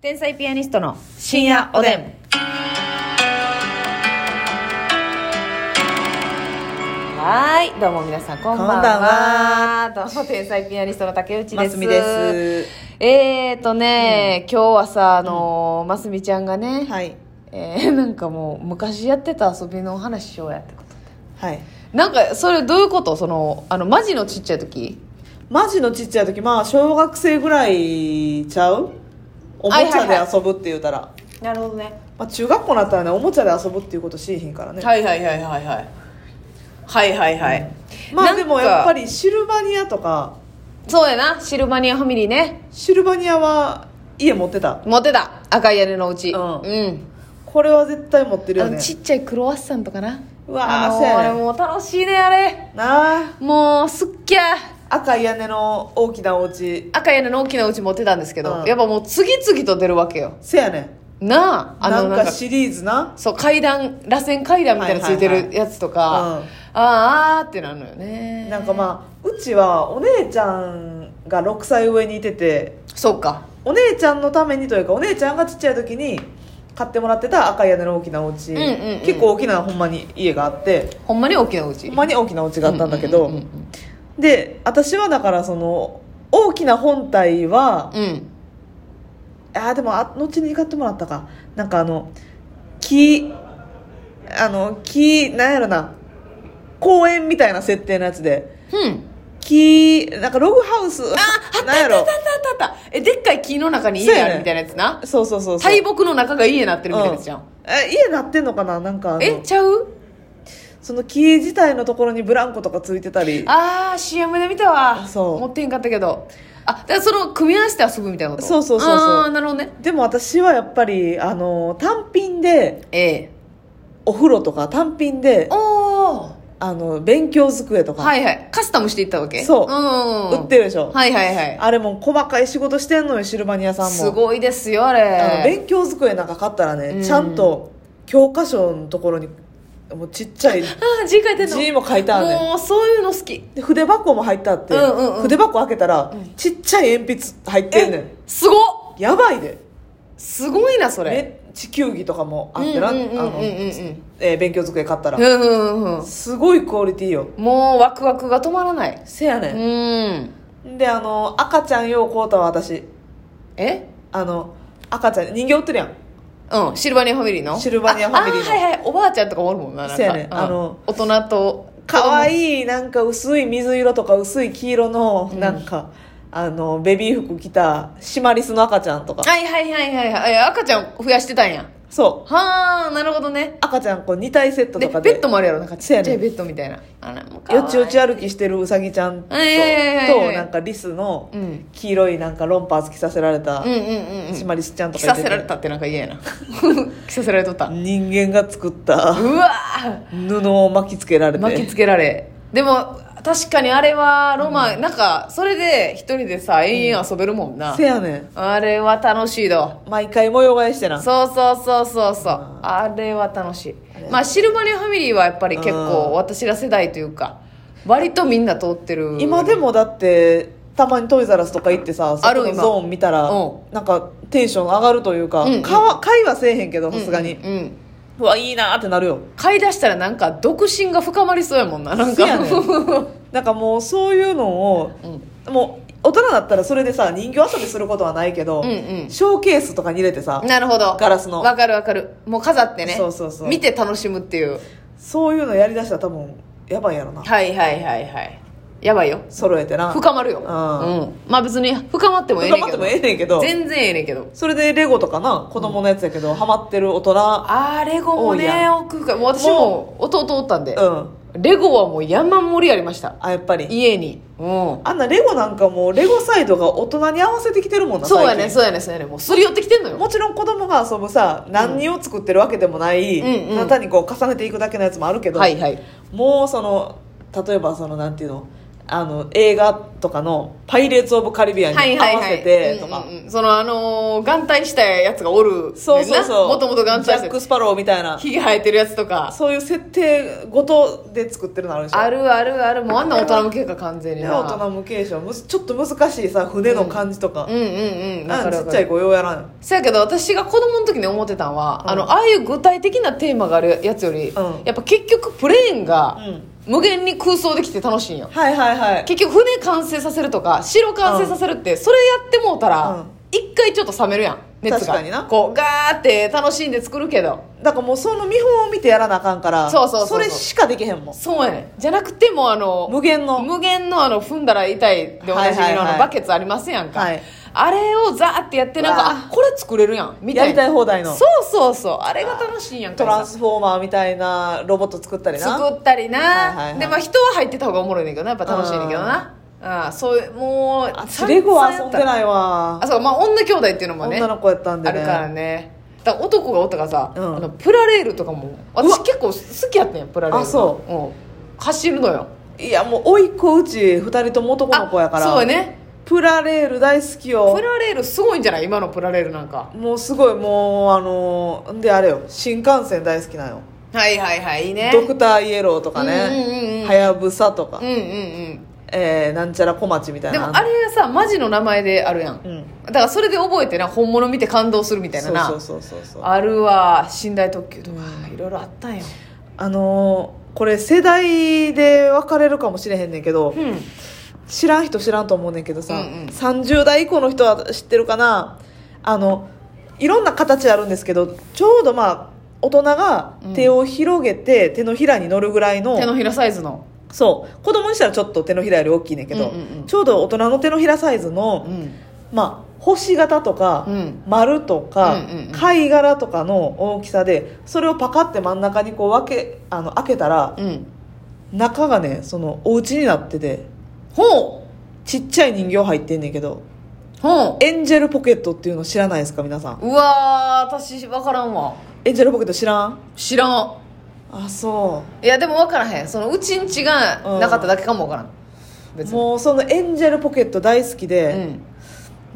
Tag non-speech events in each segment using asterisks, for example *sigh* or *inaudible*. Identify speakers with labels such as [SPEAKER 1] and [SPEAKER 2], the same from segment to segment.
[SPEAKER 1] 天才ピアニストの深夜おでん。はーい、どうも皆さん、こんばんは。
[SPEAKER 2] こんばんは
[SPEAKER 1] どうも天才ピアニストの竹内です。
[SPEAKER 2] ますみです。
[SPEAKER 1] えーとね、今日はさ、あのー、ますみちゃんがね、
[SPEAKER 2] はい。
[SPEAKER 1] えー *laughs* なんかもう昔やってた遊びの話しようやってこ
[SPEAKER 2] はい。
[SPEAKER 1] と。なんか、それどういうことその、あの、マジのちっちゃい時
[SPEAKER 2] マジのちっちゃい時、まあ、小学生ぐらいちゃうおもち
[SPEAKER 1] は
[SPEAKER 2] ゃ
[SPEAKER 1] いはいは
[SPEAKER 2] で遊ぶって言うたら。
[SPEAKER 1] なるほどね。
[SPEAKER 2] まあ、中学校になったらね、おもちゃで遊ぶっていうことしいひんからね。
[SPEAKER 1] はいはいはいはいはい。はいはいはい。
[SPEAKER 2] ま
[SPEAKER 1] な
[SPEAKER 2] あ
[SPEAKER 1] んか
[SPEAKER 2] でもやっぱりシルバニアとか、
[SPEAKER 1] そうやな、シルバニアファミリーね。
[SPEAKER 2] シルバニアは家持ってた。
[SPEAKER 1] 持ってた、赤い屋根のうち。
[SPEAKER 2] うん
[SPEAKER 1] うん。
[SPEAKER 2] これは絶対持ってる
[SPEAKER 1] あ
[SPEAKER 2] よ
[SPEAKER 1] の
[SPEAKER 2] ね。
[SPEAKER 1] ちっちゃいクロワッサンとかな。
[SPEAKER 2] うわー
[SPEAKER 1] あの
[SPEAKER 2] そうやね
[SPEAKER 1] あれもう楽しいね、あれ。
[SPEAKER 2] なあ、
[SPEAKER 1] もう、すっきゃ。
[SPEAKER 2] 赤い屋根の大きなお家。
[SPEAKER 1] 赤い屋根の大きなうち持ってたんですけど、
[SPEAKER 2] うん
[SPEAKER 1] やっぱもう次々と出るわけよ。
[SPEAKER 2] せやね
[SPEAKER 1] なあ、あ
[SPEAKER 2] な
[SPEAKER 1] の、
[SPEAKER 2] ん
[SPEAKER 1] なん
[SPEAKER 2] か
[SPEAKER 1] か、
[SPEAKER 2] シリーズな。
[SPEAKER 1] そう、階段、螺旋階段みたいなついて
[SPEAKER 2] はいは
[SPEAKER 1] る
[SPEAKER 2] いは
[SPEAKER 1] やつとか、
[SPEAKER 2] うん
[SPEAKER 1] あーあーってなるのよね。
[SPEAKER 2] なんかまあ、うちはお姉ちゃんが6歳上にいてて、
[SPEAKER 1] そうか。
[SPEAKER 2] お姉ちゃんのためにというかお姉ちゃんがちっちゃい時に買ってもらってた赤い屋根の大きなお家、
[SPEAKER 1] んうんうん
[SPEAKER 2] 結構大きなほんまに家があって
[SPEAKER 1] ほんまに大きなうち。
[SPEAKER 2] ほんまに大きなお家があったんだけ
[SPEAKER 1] う
[SPEAKER 2] ど、
[SPEAKER 1] んうんうん
[SPEAKER 2] で私はだからその大きな本体は、
[SPEAKER 1] うん。うん
[SPEAKER 2] あーでもあ後に買ってもらったかなんかあの木あの木なんやろな公園みたいな設定のやつで
[SPEAKER 1] うん。
[SPEAKER 2] 木なんかログハウス
[SPEAKER 1] あ、
[SPEAKER 2] なんや
[SPEAKER 1] あっ
[SPEAKER 2] ろ
[SPEAKER 1] たあったあったあったあった。え、でっかい木の中に家があるみたいなやつな。
[SPEAKER 2] そうそうそうそう
[SPEAKER 1] 大木の中が家になってるみたいなやつじゃん。
[SPEAKER 2] うんえ家なってんのかななんかあの
[SPEAKER 1] え、ちゃう
[SPEAKER 2] その木自体のところにブランコとかついてたり
[SPEAKER 1] あー、CM で見たわ。
[SPEAKER 2] そう
[SPEAKER 1] 持ってへんかったけど。あ、だからその、組み合わせて遊ぶみたいなこと。
[SPEAKER 2] そうそうそうそう
[SPEAKER 1] あー、なるほどね。
[SPEAKER 2] でも私はやっぱりあの単品で
[SPEAKER 1] ええ。
[SPEAKER 2] お風呂とか単品で
[SPEAKER 1] おー。
[SPEAKER 2] あの勉強机とか、
[SPEAKER 1] はいはい。カスタムしていったわけ
[SPEAKER 2] そう
[SPEAKER 1] うん。
[SPEAKER 2] 売ってるでしょ、
[SPEAKER 1] はいはいは
[SPEAKER 2] あれも細かい仕事してんのよシルバニアさん
[SPEAKER 1] い。
[SPEAKER 2] も
[SPEAKER 1] すごいですよ、あ
[SPEAKER 2] あの
[SPEAKER 1] れ。
[SPEAKER 2] 勉強机なんか買ったらね、
[SPEAKER 1] うん
[SPEAKER 2] ちゃんと教科書のところにもうちっ
[SPEAKER 1] *laughs*
[SPEAKER 2] ちゃい
[SPEAKER 1] あー、字書いてんの。
[SPEAKER 2] 字も書いてあるねん
[SPEAKER 1] もう、そういうの好き。
[SPEAKER 2] で筆箱も入ってあって、
[SPEAKER 1] うんうんうん
[SPEAKER 2] 筆箱開けたら、ちっちゃい鉛筆入ってんねん
[SPEAKER 1] すごっ
[SPEAKER 2] やばいです
[SPEAKER 1] ごいな、それ。
[SPEAKER 2] ね地球儀とかもあってな、
[SPEAKER 1] うんうんうんうんうん
[SPEAKER 2] あのえー勉強机買ったら
[SPEAKER 1] うんうんうんうん。
[SPEAKER 2] すごいクオリティよ
[SPEAKER 1] もうワクワクが止まらない。
[SPEAKER 2] せや
[SPEAKER 1] う
[SPEAKER 2] ね
[SPEAKER 1] ん。
[SPEAKER 2] んであの赤ちゃんよう買うたわ私
[SPEAKER 1] え
[SPEAKER 2] あの赤ちゃん人形売ってるやん
[SPEAKER 1] うん、シルバニアファミリーの
[SPEAKER 2] シルバニアファミリーの
[SPEAKER 1] ああはいはい、おばあちゃんとかおるもんな。なんか
[SPEAKER 2] そうやね
[SPEAKER 1] うん
[SPEAKER 2] あの
[SPEAKER 1] 大人と。
[SPEAKER 2] かわ
[SPEAKER 1] い。
[SPEAKER 2] いいなんか薄い水色とか薄い黄色の
[SPEAKER 1] うん
[SPEAKER 2] なんか、あのベビー服着たシマリスの赤ちゃんとか
[SPEAKER 1] はいはいはいはいはい。あ赤ちゃん増やしてたんや。
[SPEAKER 2] そう
[SPEAKER 1] はあ、なるほどね。
[SPEAKER 2] 赤ちゃんこう2体セット
[SPEAKER 1] で、ベ
[SPEAKER 2] とかで
[SPEAKER 1] ッドもあるやろ、なんかちっちゃ
[SPEAKER 2] そ
[SPEAKER 1] い
[SPEAKER 2] うや
[SPEAKER 1] ベ
[SPEAKER 2] ね
[SPEAKER 1] ッドみたいな。あら、もうかわいい
[SPEAKER 2] よちよち歩きしてるうさぎちゃんと,、
[SPEAKER 1] はいはいはいはい
[SPEAKER 2] となんかリスの
[SPEAKER 1] うん。うん
[SPEAKER 2] 黄色いなんかロンパーツ着させられた
[SPEAKER 1] うんうんう
[SPEAKER 2] シ
[SPEAKER 1] ん。
[SPEAKER 2] マリスちゃんと
[SPEAKER 1] 着
[SPEAKER 2] か
[SPEAKER 1] さ
[SPEAKER 2] いて
[SPEAKER 1] せ
[SPEAKER 2] て
[SPEAKER 1] られたってなんか嫌や
[SPEAKER 2] *laughs*
[SPEAKER 1] な。着させられとった。う
[SPEAKER 2] 人間が作った
[SPEAKER 1] わ
[SPEAKER 2] 布を巻きつけられて
[SPEAKER 1] 巻きつけられ。でも、確かにあれはロマン、なんか、それで一人でさ、延々遊べるもんな。
[SPEAKER 2] せやねん
[SPEAKER 1] あれは楽しいど。
[SPEAKER 2] 毎回模様替えしてな
[SPEAKER 1] そうそうそうそうそう
[SPEAKER 2] うん
[SPEAKER 1] あれは楽しいまあシルバニアファミリーはやっぱり結
[SPEAKER 2] う
[SPEAKER 1] 構
[SPEAKER 2] ん
[SPEAKER 1] 私ら世代というか割とみんな通ってる
[SPEAKER 2] 今でもだってたまにトイザラスとか行ってさそ
[SPEAKER 1] ある
[SPEAKER 2] この
[SPEAKER 1] 今
[SPEAKER 2] ゾーン見たら、
[SPEAKER 1] う
[SPEAKER 2] なんかテンション上がるというか、
[SPEAKER 1] うんうん
[SPEAKER 2] かわ会話せえへんけどさすがに、
[SPEAKER 1] うんうんうん
[SPEAKER 2] うわいいなーってなるよ
[SPEAKER 1] 買い出したらなんか独身が深まりそうやもんななん
[SPEAKER 2] そ
[SPEAKER 1] か
[SPEAKER 2] やねなんかもうそういうのを、もう大人だったらそれでさ人形遊びすることはないけど、
[SPEAKER 1] うんうん
[SPEAKER 2] ショーケースとかに入れてさ
[SPEAKER 1] *laughs* なるほど
[SPEAKER 2] ガラスの
[SPEAKER 1] わかるわかるもう飾ってね
[SPEAKER 2] そうそうそう
[SPEAKER 1] 見て楽しむっていう
[SPEAKER 2] そういうのやりだしたら多分やばいやろな
[SPEAKER 1] はいはいはいはいやばいよ
[SPEAKER 2] 揃えてな
[SPEAKER 1] 深まるよ、うんん、まあ別に深まってもええねんけ
[SPEAKER 2] って
[SPEAKER 1] ど
[SPEAKER 2] もええねんけど
[SPEAKER 1] 全然ええねんけど
[SPEAKER 2] それでレゴとかな子供のやつやけど、ハマってる大人
[SPEAKER 1] あーレゴも
[SPEAKER 2] 多い
[SPEAKER 1] ね
[SPEAKER 2] や
[SPEAKER 1] 奥深いもう私も弟おったんで、
[SPEAKER 2] うん
[SPEAKER 1] レゴはもう山盛りありました
[SPEAKER 2] あやっぱり
[SPEAKER 1] 家にうん
[SPEAKER 2] あんなレゴなんかもうレゴサイドが大人に合わせてきてるもんな
[SPEAKER 1] そうやね
[SPEAKER 2] 最近
[SPEAKER 1] そうやねそうやねもうすり寄ってきてんのよ
[SPEAKER 2] もちろん子供が遊ぶさ何を作ってるわけでもない、
[SPEAKER 1] うんうん
[SPEAKER 2] ただ単にこう重ねていくだけのやつもあるけど、
[SPEAKER 1] はいはい
[SPEAKER 2] もうその例えばそのなんていうのあの映画とかの「パイレーツ・オブ・カリビアン」
[SPEAKER 1] はい
[SPEAKER 2] に
[SPEAKER 1] はい
[SPEAKER 2] 合
[SPEAKER 1] は
[SPEAKER 2] わ
[SPEAKER 1] い
[SPEAKER 2] せてとか
[SPEAKER 1] うんうんうんそのあのー眼帯したやつがおる
[SPEAKER 2] そうそうそう
[SPEAKER 1] もともと眼帯し
[SPEAKER 2] ジ
[SPEAKER 1] た
[SPEAKER 2] ャッ
[SPEAKER 1] や
[SPEAKER 2] ク・
[SPEAKER 1] つ
[SPEAKER 2] スパローみたいな
[SPEAKER 1] ひげ生えてるやつとか
[SPEAKER 2] そういう設定ごとで作ってるのあるでしょ
[SPEAKER 1] あるあるあるもうあんな大人向けか完全に
[SPEAKER 2] ね
[SPEAKER 1] な
[SPEAKER 2] 大人向けでしょむずちょっと難しいさ船の感じとか、
[SPEAKER 1] うんうんうん
[SPEAKER 2] あ
[SPEAKER 1] わかる
[SPEAKER 2] ち
[SPEAKER 1] わ
[SPEAKER 2] っ
[SPEAKER 1] か
[SPEAKER 2] ちゃい
[SPEAKER 1] る
[SPEAKER 2] 子ようやらん
[SPEAKER 1] そやけど私が子供の時に思ってたんは、
[SPEAKER 2] うん
[SPEAKER 1] あのああいう具体的なテーマがあるやつより、
[SPEAKER 2] うん
[SPEAKER 1] やっぱ結局プレーンが
[SPEAKER 2] うん
[SPEAKER 1] 無限に空想できて楽しいんよ
[SPEAKER 2] はいはいはい
[SPEAKER 1] 結局船完成させるとか城完成させるって、それやってもうた
[SPEAKER 2] う
[SPEAKER 1] ら
[SPEAKER 2] ん
[SPEAKER 1] 一、回ちょっと冷めるやん熱が
[SPEAKER 2] 確かにな
[SPEAKER 1] こうガーって楽しんで作るけど
[SPEAKER 2] だからもうその見本を見てやらなあかんから
[SPEAKER 1] そうそうそうそう
[SPEAKER 2] れしかできへんもん
[SPEAKER 1] そうやねんじゃなくてもうあの
[SPEAKER 2] 無限の
[SPEAKER 1] 無限のあの踏んだら痛いでおなじみ
[SPEAKER 2] はい
[SPEAKER 1] の
[SPEAKER 2] は
[SPEAKER 1] あ
[SPEAKER 2] いはい
[SPEAKER 1] のバケツありますやんか、
[SPEAKER 2] はい
[SPEAKER 1] あれをザーってやってなん
[SPEAKER 2] うわ
[SPEAKER 1] かあこれ作れるやんみたいな
[SPEAKER 2] やりたい放題の
[SPEAKER 1] そうそうそうあれが楽しいやんか
[SPEAKER 2] トランスフォーマーみたいなロボット作ったりな
[SPEAKER 1] 作ったりな、
[SPEAKER 2] はいはいはい
[SPEAKER 1] でまあ人は入ってた方がおもろいねんけどなやっぱ楽しいねんけどなああそういうもう
[SPEAKER 2] あちレゴは遊んで
[SPEAKER 1] い
[SPEAKER 2] ないわ
[SPEAKER 1] あそうまあ女兄弟っていうのもね
[SPEAKER 2] 女の子やったんで
[SPEAKER 1] あ
[SPEAKER 2] ね
[SPEAKER 1] るからねだから男がおったからさ、
[SPEAKER 2] うん
[SPEAKER 1] あのプラレールとかも私結構好きやったんやプラレール、
[SPEAKER 2] あそう
[SPEAKER 1] うん、走るのよ
[SPEAKER 2] いやもう甥いっ子うち2人とも男の子やから
[SPEAKER 1] あそうやね
[SPEAKER 2] プラレール大好きよ
[SPEAKER 1] プラレールすごいんじゃない今のプラレールなんか
[SPEAKER 2] もうすごいもうあのーんであれよ新幹線大好きなんよ、
[SPEAKER 1] はいはいはいいいね
[SPEAKER 2] ドクターイエローとか
[SPEAKER 1] うんうんう
[SPEAKER 2] ね
[SPEAKER 1] ん
[SPEAKER 2] はやぶさとか、
[SPEAKER 1] うんうんうん
[SPEAKER 2] えーなんちゃら小町みたい
[SPEAKER 1] で
[SPEAKER 2] な
[SPEAKER 1] もあれさマジの名前であるやん
[SPEAKER 2] うん
[SPEAKER 1] だからそれで覚えてな本物見て感動するみたいなな
[SPEAKER 2] そうそうそうそうそうあ
[SPEAKER 1] あるわ寝台特急とかいろいろあったんよ
[SPEAKER 2] のーこれ世代で分かれるかもしれへんねんけど、
[SPEAKER 1] うん
[SPEAKER 2] 知らん人知らんと思うねんけどさ、
[SPEAKER 1] うんうん
[SPEAKER 2] 30代以降の人は知ってるかなあのいろんな形あるんですけどちょうどまあ大人が手を広げて、手のひらに乗るぐらいの
[SPEAKER 1] 手のひらサイズの
[SPEAKER 2] そう子供にしたらちょっと手のひらより大きいねんけど、
[SPEAKER 1] うんうんうん
[SPEAKER 2] ちょうど大人の手のひらサイズの、
[SPEAKER 1] うん
[SPEAKER 2] まあ星型とか、
[SPEAKER 1] うん
[SPEAKER 2] 丸とか、
[SPEAKER 1] うんうんうん
[SPEAKER 2] 貝殻とかの大きさでそれをパカって真ん中にこう分けあの開けたら
[SPEAKER 1] うん
[SPEAKER 2] 中がねそのお家になってて
[SPEAKER 1] ほ
[SPEAKER 2] ちっちゃい人形入ってんねんけど
[SPEAKER 1] うほ
[SPEAKER 2] エンジェルポケットっていうの知らないですか皆さん
[SPEAKER 1] ううわー私分からんわ
[SPEAKER 2] エンジェルポケット知らん
[SPEAKER 1] 知らん
[SPEAKER 2] あそ
[SPEAKER 1] いやでも分からへんそのうちんちがなかっただけかも分からん
[SPEAKER 2] う
[SPEAKER 1] 別に
[SPEAKER 2] もうそのエンジェルポケット大好き
[SPEAKER 1] う
[SPEAKER 2] で、
[SPEAKER 1] ん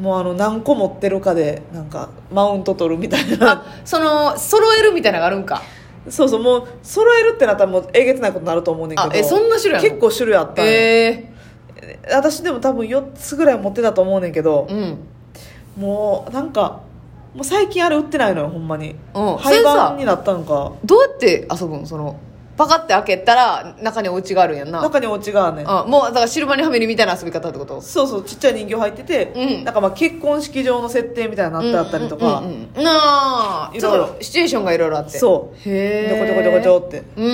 [SPEAKER 2] もうあの何個持ってるかでなんかマウント取るみたい
[SPEAKER 1] *laughs*
[SPEAKER 2] な
[SPEAKER 1] あその揃えるみたいなのがあるんか
[SPEAKER 2] そうそうもう揃えるってなったらもうえげつないことになると思うねんけど
[SPEAKER 1] あえそんな種類あんの
[SPEAKER 2] 結構種類あったんよ
[SPEAKER 1] え
[SPEAKER 2] 私でも多分4つぐらい持ってたと思うねんけど
[SPEAKER 1] え、うん
[SPEAKER 2] もうなんかもう最近あれ売ってないのよほんまに、
[SPEAKER 1] うん
[SPEAKER 2] 廃
[SPEAKER 1] それさ
[SPEAKER 2] 盤になったのか
[SPEAKER 1] どうやって遊ぶんそのパカって開けたら中にお家があるんやんな
[SPEAKER 2] 中にお家がね
[SPEAKER 1] あもうだからシルバニアファミリーみたいな遊び方ってこと
[SPEAKER 2] そうそうちっちゃい人形入ってて、
[SPEAKER 1] うん
[SPEAKER 2] なんかまあ結婚式場の設定みたいなのあってあったりとか、
[SPEAKER 1] うんうんうんうんなあ
[SPEAKER 2] い
[SPEAKER 1] ちょ
[SPEAKER 2] ろ
[SPEAKER 1] っ
[SPEAKER 2] いろ
[SPEAKER 1] とシチュエーションがいろいろあって
[SPEAKER 2] そう
[SPEAKER 1] へえ
[SPEAKER 2] どこどこどこちょって
[SPEAKER 1] うんう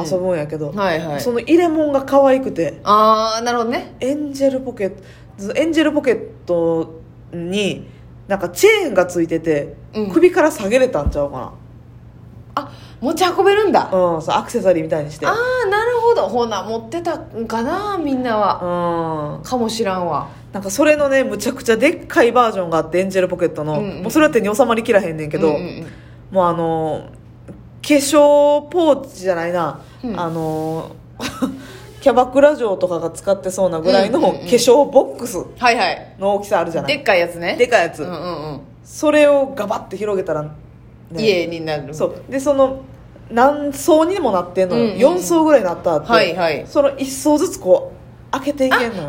[SPEAKER 1] ん、うん、
[SPEAKER 2] 遊ぶんやけど、
[SPEAKER 1] はいはい
[SPEAKER 2] その入れ物が可愛くて
[SPEAKER 1] ああなるほどね
[SPEAKER 2] エンジェルポケットエンジェルポケットになんかチェーンがついてて、
[SPEAKER 1] うん
[SPEAKER 2] 首から下げれたんちゃうか
[SPEAKER 1] あ持ち運べるんだ
[SPEAKER 2] な、うん、そうアクセサリーみたいにして
[SPEAKER 1] ああなるほどほな持ってたんかなみんなは、
[SPEAKER 2] うん
[SPEAKER 1] かもしらんわ
[SPEAKER 2] なんかそれのねむちゃくちゃでっかいバージョンがあってエンジェルポケットの、
[SPEAKER 1] うんうん
[SPEAKER 2] もうそれは手に収まりきらへんねんけど、
[SPEAKER 1] うんうんうん
[SPEAKER 2] もうあの化粧ポーチじゃないな、
[SPEAKER 1] うん
[SPEAKER 2] あの *laughs* キャバクラ嬢とかが使ってそうなぐらいの
[SPEAKER 1] うん
[SPEAKER 2] 化
[SPEAKER 1] うんうん
[SPEAKER 2] 粧ボックス
[SPEAKER 1] はいはい
[SPEAKER 2] の大きさあるじゃない、
[SPEAKER 1] でっかいやつね
[SPEAKER 2] でかいやつ、
[SPEAKER 1] うんうんうん
[SPEAKER 2] それをガバッて広げたら、ね、
[SPEAKER 1] 家になる
[SPEAKER 2] そうでその何層にもなってんのよ、
[SPEAKER 1] うんうんうん
[SPEAKER 2] 4層ぐらいになったって、
[SPEAKER 1] はいはい
[SPEAKER 2] その1層ずつこう開けていけんのよ
[SPEAKER 1] はあはあ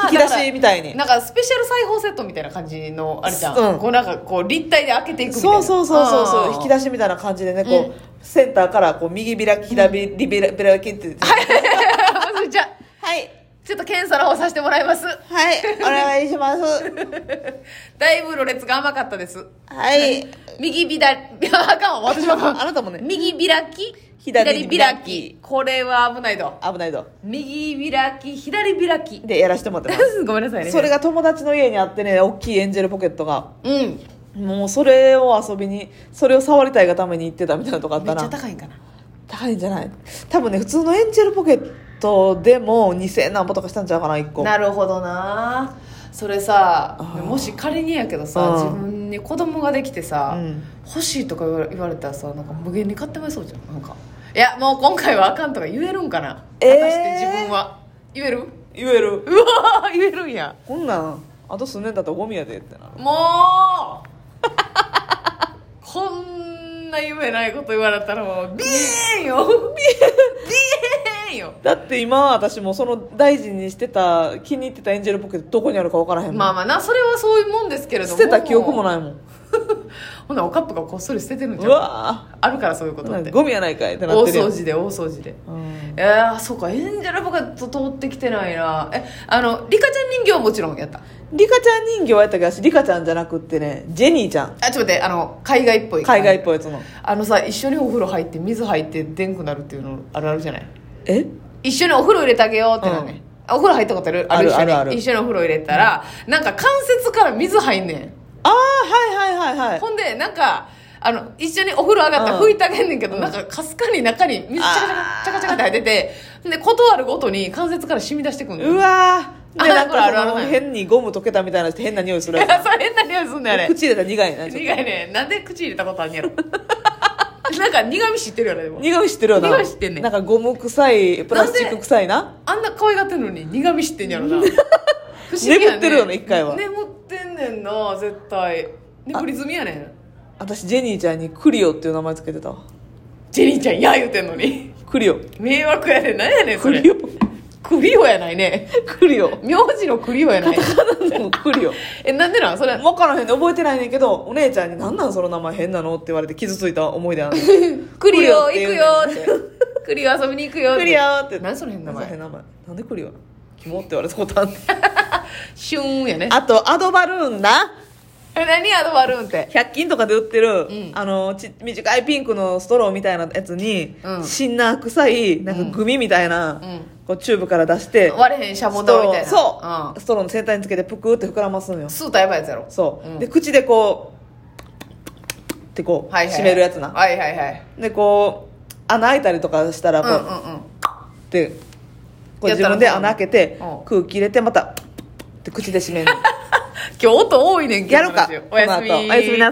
[SPEAKER 1] はあ
[SPEAKER 2] 引き出しみたいに
[SPEAKER 1] なんかスペシャル裁縫セットみたいな感じのあれじゃん、
[SPEAKER 2] うん
[SPEAKER 1] こうなんかこう立体で開けていくみたいな
[SPEAKER 2] そうそうそうそうそう引き
[SPEAKER 1] し
[SPEAKER 2] 出しみたいな感じでねこ
[SPEAKER 1] う
[SPEAKER 2] う、
[SPEAKER 1] ん
[SPEAKER 2] センターからこう右開き左開き開きっては
[SPEAKER 1] *laughs*
[SPEAKER 2] い
[SPEAKER 1] じゃあ
[SPEAKER 2] はい、
[SPEAKER 1] ちょっと検査の方させてもらいます
[SPEAKER 2] はい、お願いします
[SPEAKER 1] だいぶろれつが甘かったです
[SPEAKER 2] はい
[SPEAKER 1] 右左 *laughs* あかんわ私はあかん
[SPEAKER 2] *laughs* あなたもね
[SPEAKER 1] 右開き
[SPEAKER 2] 左開き
[SPEAKER 1] これは危ないと
[SPEAKER 2] 危ないぞ
[SPEAKER 1] 右開き左開き *laughs*
[SPEAKER 2] でやらせてもらってま
[SPEAKER 1] ごめんなさい
[SPEAKER 2] *laughs*
[SPEAKER 1] ね
[SPEAKER 2] すそれが友達の家にあってね大きいエンジェルポケットが
[SPEAKER 1] うん
[SPEAKER 2] もうそれを遊びにそれを触りたいがために行ってたみたいなとこあっ
[SPEAKER 1] め
[SPEAKER 2] た
[SPEAKER 1] っちゃ
[SPEAKER 2] な
[SPEAKER 1] 高いんかな
[SPEAKER 2] 高いんじゃない多分ね普通のエンジェルポケットでも2000何歩とかしたんちゃうかな1個
[SPEAKER 1] なるほどなそれさ
[SPEAKER 2] あー
[SPEAKER 1] もし仮にやけどさ
[SPEAKER 2] うん
[SPEAKER 1] 自分に子供ができてさ、
[SPEAKER 2] うん
[SPEAKER 1] 欲しいとか言われ言われたらさなんか無限に買ってまいそうじゃんなんかいやもう今回はあかんとか言えるんかな、
[SPEAKER 2] えー
[SPEAKER 1] 果たして自分は言える
[SPEAKER 2] 言える
[SPEAKER 1] うわー言えるんや
[SPEAKER 2] こんなんあと数年だったらゴミやでってなる
[SPEAKER 1] もう *laughs* こんな夢ないこと言われたらもうビエーン
[SPEAKER 2] *laughs*
[SPEAKER 1] よビエーンよ
[SPEAKER 2] だって今私もその大事にしてた気に入ってたエンジェルポケットどこにあるか分からへんもん、
[SPEAKER 1] まあまあなそれはそういうもんですけれど
[SPEAKER 2] 捨
[SPEAKER 1] も
[SPEAKER 2] てた記憶も
[SPEAKER 1] い
[SPEAKER 2] ないもん
[SPEAKER 1] ほなおカップがこっそり捨ててるんじ
[SPEAKER 2] う
[SPEAKER 1] ゃん
[SPEAKER 2] わ
[SPEAKER 1] あるからそういうこ
[SPEAKER 2] ー
[SPEAKER 1] と
[SPEAKER 2] な
[SPEAKER 1] っ
[SPEAKER 2] んか
[SPEAKER 1] て
[SPEAKER 2] ゴミやないかいってなっ
[SPEAKER 1] 大
[SPEAKER 2] てるやん
[SPEAKER 1] 掃除で大掃除で
[SPEAKER 2] うん
[SPEAKER 1] いやーそうかエンジェルポケット通ってきてないなえあのリカちゃん人形はもちろんやった
[SPEAKER 2] リカちゃん人形やったけど私リカちゃんじゃなくってねジェニーちゃ
[SPEAKER 1] あち
[SPEAKER 2] ん
[SPEAKER 1] ょっと待ってあの海外っぽい
[SPEAKER 2] 海外っぽいやつの
[SPEAKER 1] あのさ一緒にお風呂入って水入ってでんくなるっていうのあるあるじゃない
[SPEAKER 2] え
[SPEAKER 1] 一緒にお風呂入れてあげようってなんね、あお風呂入ったことある
[SPEAKER 2] ある
[SPEAKER 1] 一緒に
[SPEAKER 2] あるある
[SPEAKER 1] 一緒にお風呂入れたら、なんか関節から水入んねん、
[SPEAKER 2] ああはいはいはいは
[SPEAKER 1] *laughs*
[SPEAKER 2] い
[SPEAKER 1] ほんでなんかあの一緒にお風呂上がったら
[SPEAKER 2] うん
[SPEAKER 1] 拭いてあげんねんけど、なんかかすかに中に水チャカチャカチャカチャカって入っててほんで断るごとに関節から染み出してくんの
[SPEAKER 2] う
[SPEAKER 1] *laughs*
[SPEAKER 2] わーで
[SPEAKER 1] あ
[SPEAKER 2] なん
[SPEAKER 1] これある
[SPEAKER 2] か
[SPEAKER 1] ある
[SPEAKER 2] その
[SPEAKER 1] はい
[SPEAKER 2] 変にゴム溶けたみたいなして変な匂いす
[SPEAKER 1] い
[SPEAKER 2] るや
[SPEAKER 1] や *laughs* それ変な匂いすんねんあ
[SPEAKER 2] つ
[SPEAKER 1] れ
[SPEAKER 2] 口入れたら苦い
[SPEAKER 1] *laughs*
[SPEAKER 2] なちょっ
[SPEAKER 1] 苦
[SPEAKER 2] と
[SPEAKER 1] いねんなんで口入れたことあんねやろ *laughs* なんか苦味知ってるよねでも
[SPEAKER 2] 苦味知ってるよな
[SPEAKER 1] 苦味知ってんねん
[SPEAKER 2] なんかゴム臭いプラスチック臭いな
[SPEAKER 1] あんな可愛がってんのに苦味知ってんやろな *laughs* 不
[SPEAKER 2] 眠ってるよね一回は
[SPEAKER 1] 眠ってんねんな絶対眠り済みやねん
[SPEAKER 2] 私ジェニーちゃんにクリオっていう名前つけてたわ
[SPEAKER 1] ジェリーちゃん「や」言うてんのに
[SPEAKER 2] クリオ
[SPEAKER 1] 迷惑やねん何やねんそ
[SPEAKER 2] ク
[SPEAKER 1] れ
[SPEAKER 2] リオ
[SPEAKER 1] *laughs* クリオやないね
[SPEAKER 2] クリオ
[SPEAKER 1] 名字のクリオやない
[SPEAKER 2] クリオ
[SPEAKER 1] *laughs* えなんでなんそれ
[SPEAKER 2] 分からへんで覚えてないねんけどお姉ちゃんに「なんなんその名前変なの?」って言われて傷ついた思い
[SPEAKER 1] *laughs*
[SPEAKER 2] 出ある
[SPEAKER 1] クリオ
[SPEAKER 2] クリ
[SPEAKER 1] 行くよー
[SPEAKER 2] オ
[SPEAKER 1] ってクリオ遊びに行くよーって
[SPEAKER 2] クリオーって
[SPEAKER 1] 何その変な名
[SPEAKER 2] そ
[SPEAKER 1] 前
[SPEAKER 2] の名前なんでクリオキモって言われたことあんねん
[SPEAKER 1] シューンやね
[SPEAKER 2] あとアドバルーンな
[SPEAKER 1] え何アドバルーンって
[SPEAKER 2] 100均とかで売ってる、
[SPEAKER 1] ん
[SPEAKER 2] あのち短いピンクのストローみたいなやつに、
[SPEAKER 1] うん
[SPEAKER 2] シンナー臭いなんかグミみたいな、
[SPEAKER 1] うん
[SPEAKER 2] こうチューブから出して、
[SPEAKER 1] 割れへんシャボン
[SPEAKER 2] スト
[SPEAKER 1] 玉み
[SPEAKER 2] ロ
[SPEAKER 1] たい
[SPEAKER 2] ー
[SPEAKER 1] な
[SPEAKER 2] そう、
[SPEAKER 1] ん
[SPEAKER 2] ストローの先端につけてプクって膨らますのよ
[SPEAKER 1] スータやばいやつやろ
[SPEAKER 2] そう、
[SPEAKER 1] うん
[SPEAKER 2] で口でこうってこう、
[SPEAKER 1] はいはいはい
[SPEAKER 2] 締めるやつな、
[SPEAKER 1] はいはいはい
[SPEAKER 2] でこう穴開いたりとかしたら
[SPEAKER 1] う
[SPEAKER 2] こ
[SPEAKER 1] ん
[SPEAKER 2] う、
[SPEAKER 1] うんうん
[SPEAKER 2] ってこう
[SPEAKER 1] やっ
[SPEAKER 2] 自
[SPEAKER 1] たら
[SPEAKER 2] 分で穴開けて、
[SPEAKER 1] うん
[SPEAKER 2] 空気入れてまたって口で締めるの
[SPEAKER 1] 今日音多いねんけど
[SPEAKER 2] やろうか
[SPEAKER 1] おやすみ
[SPEAKER 2] この後おやすみな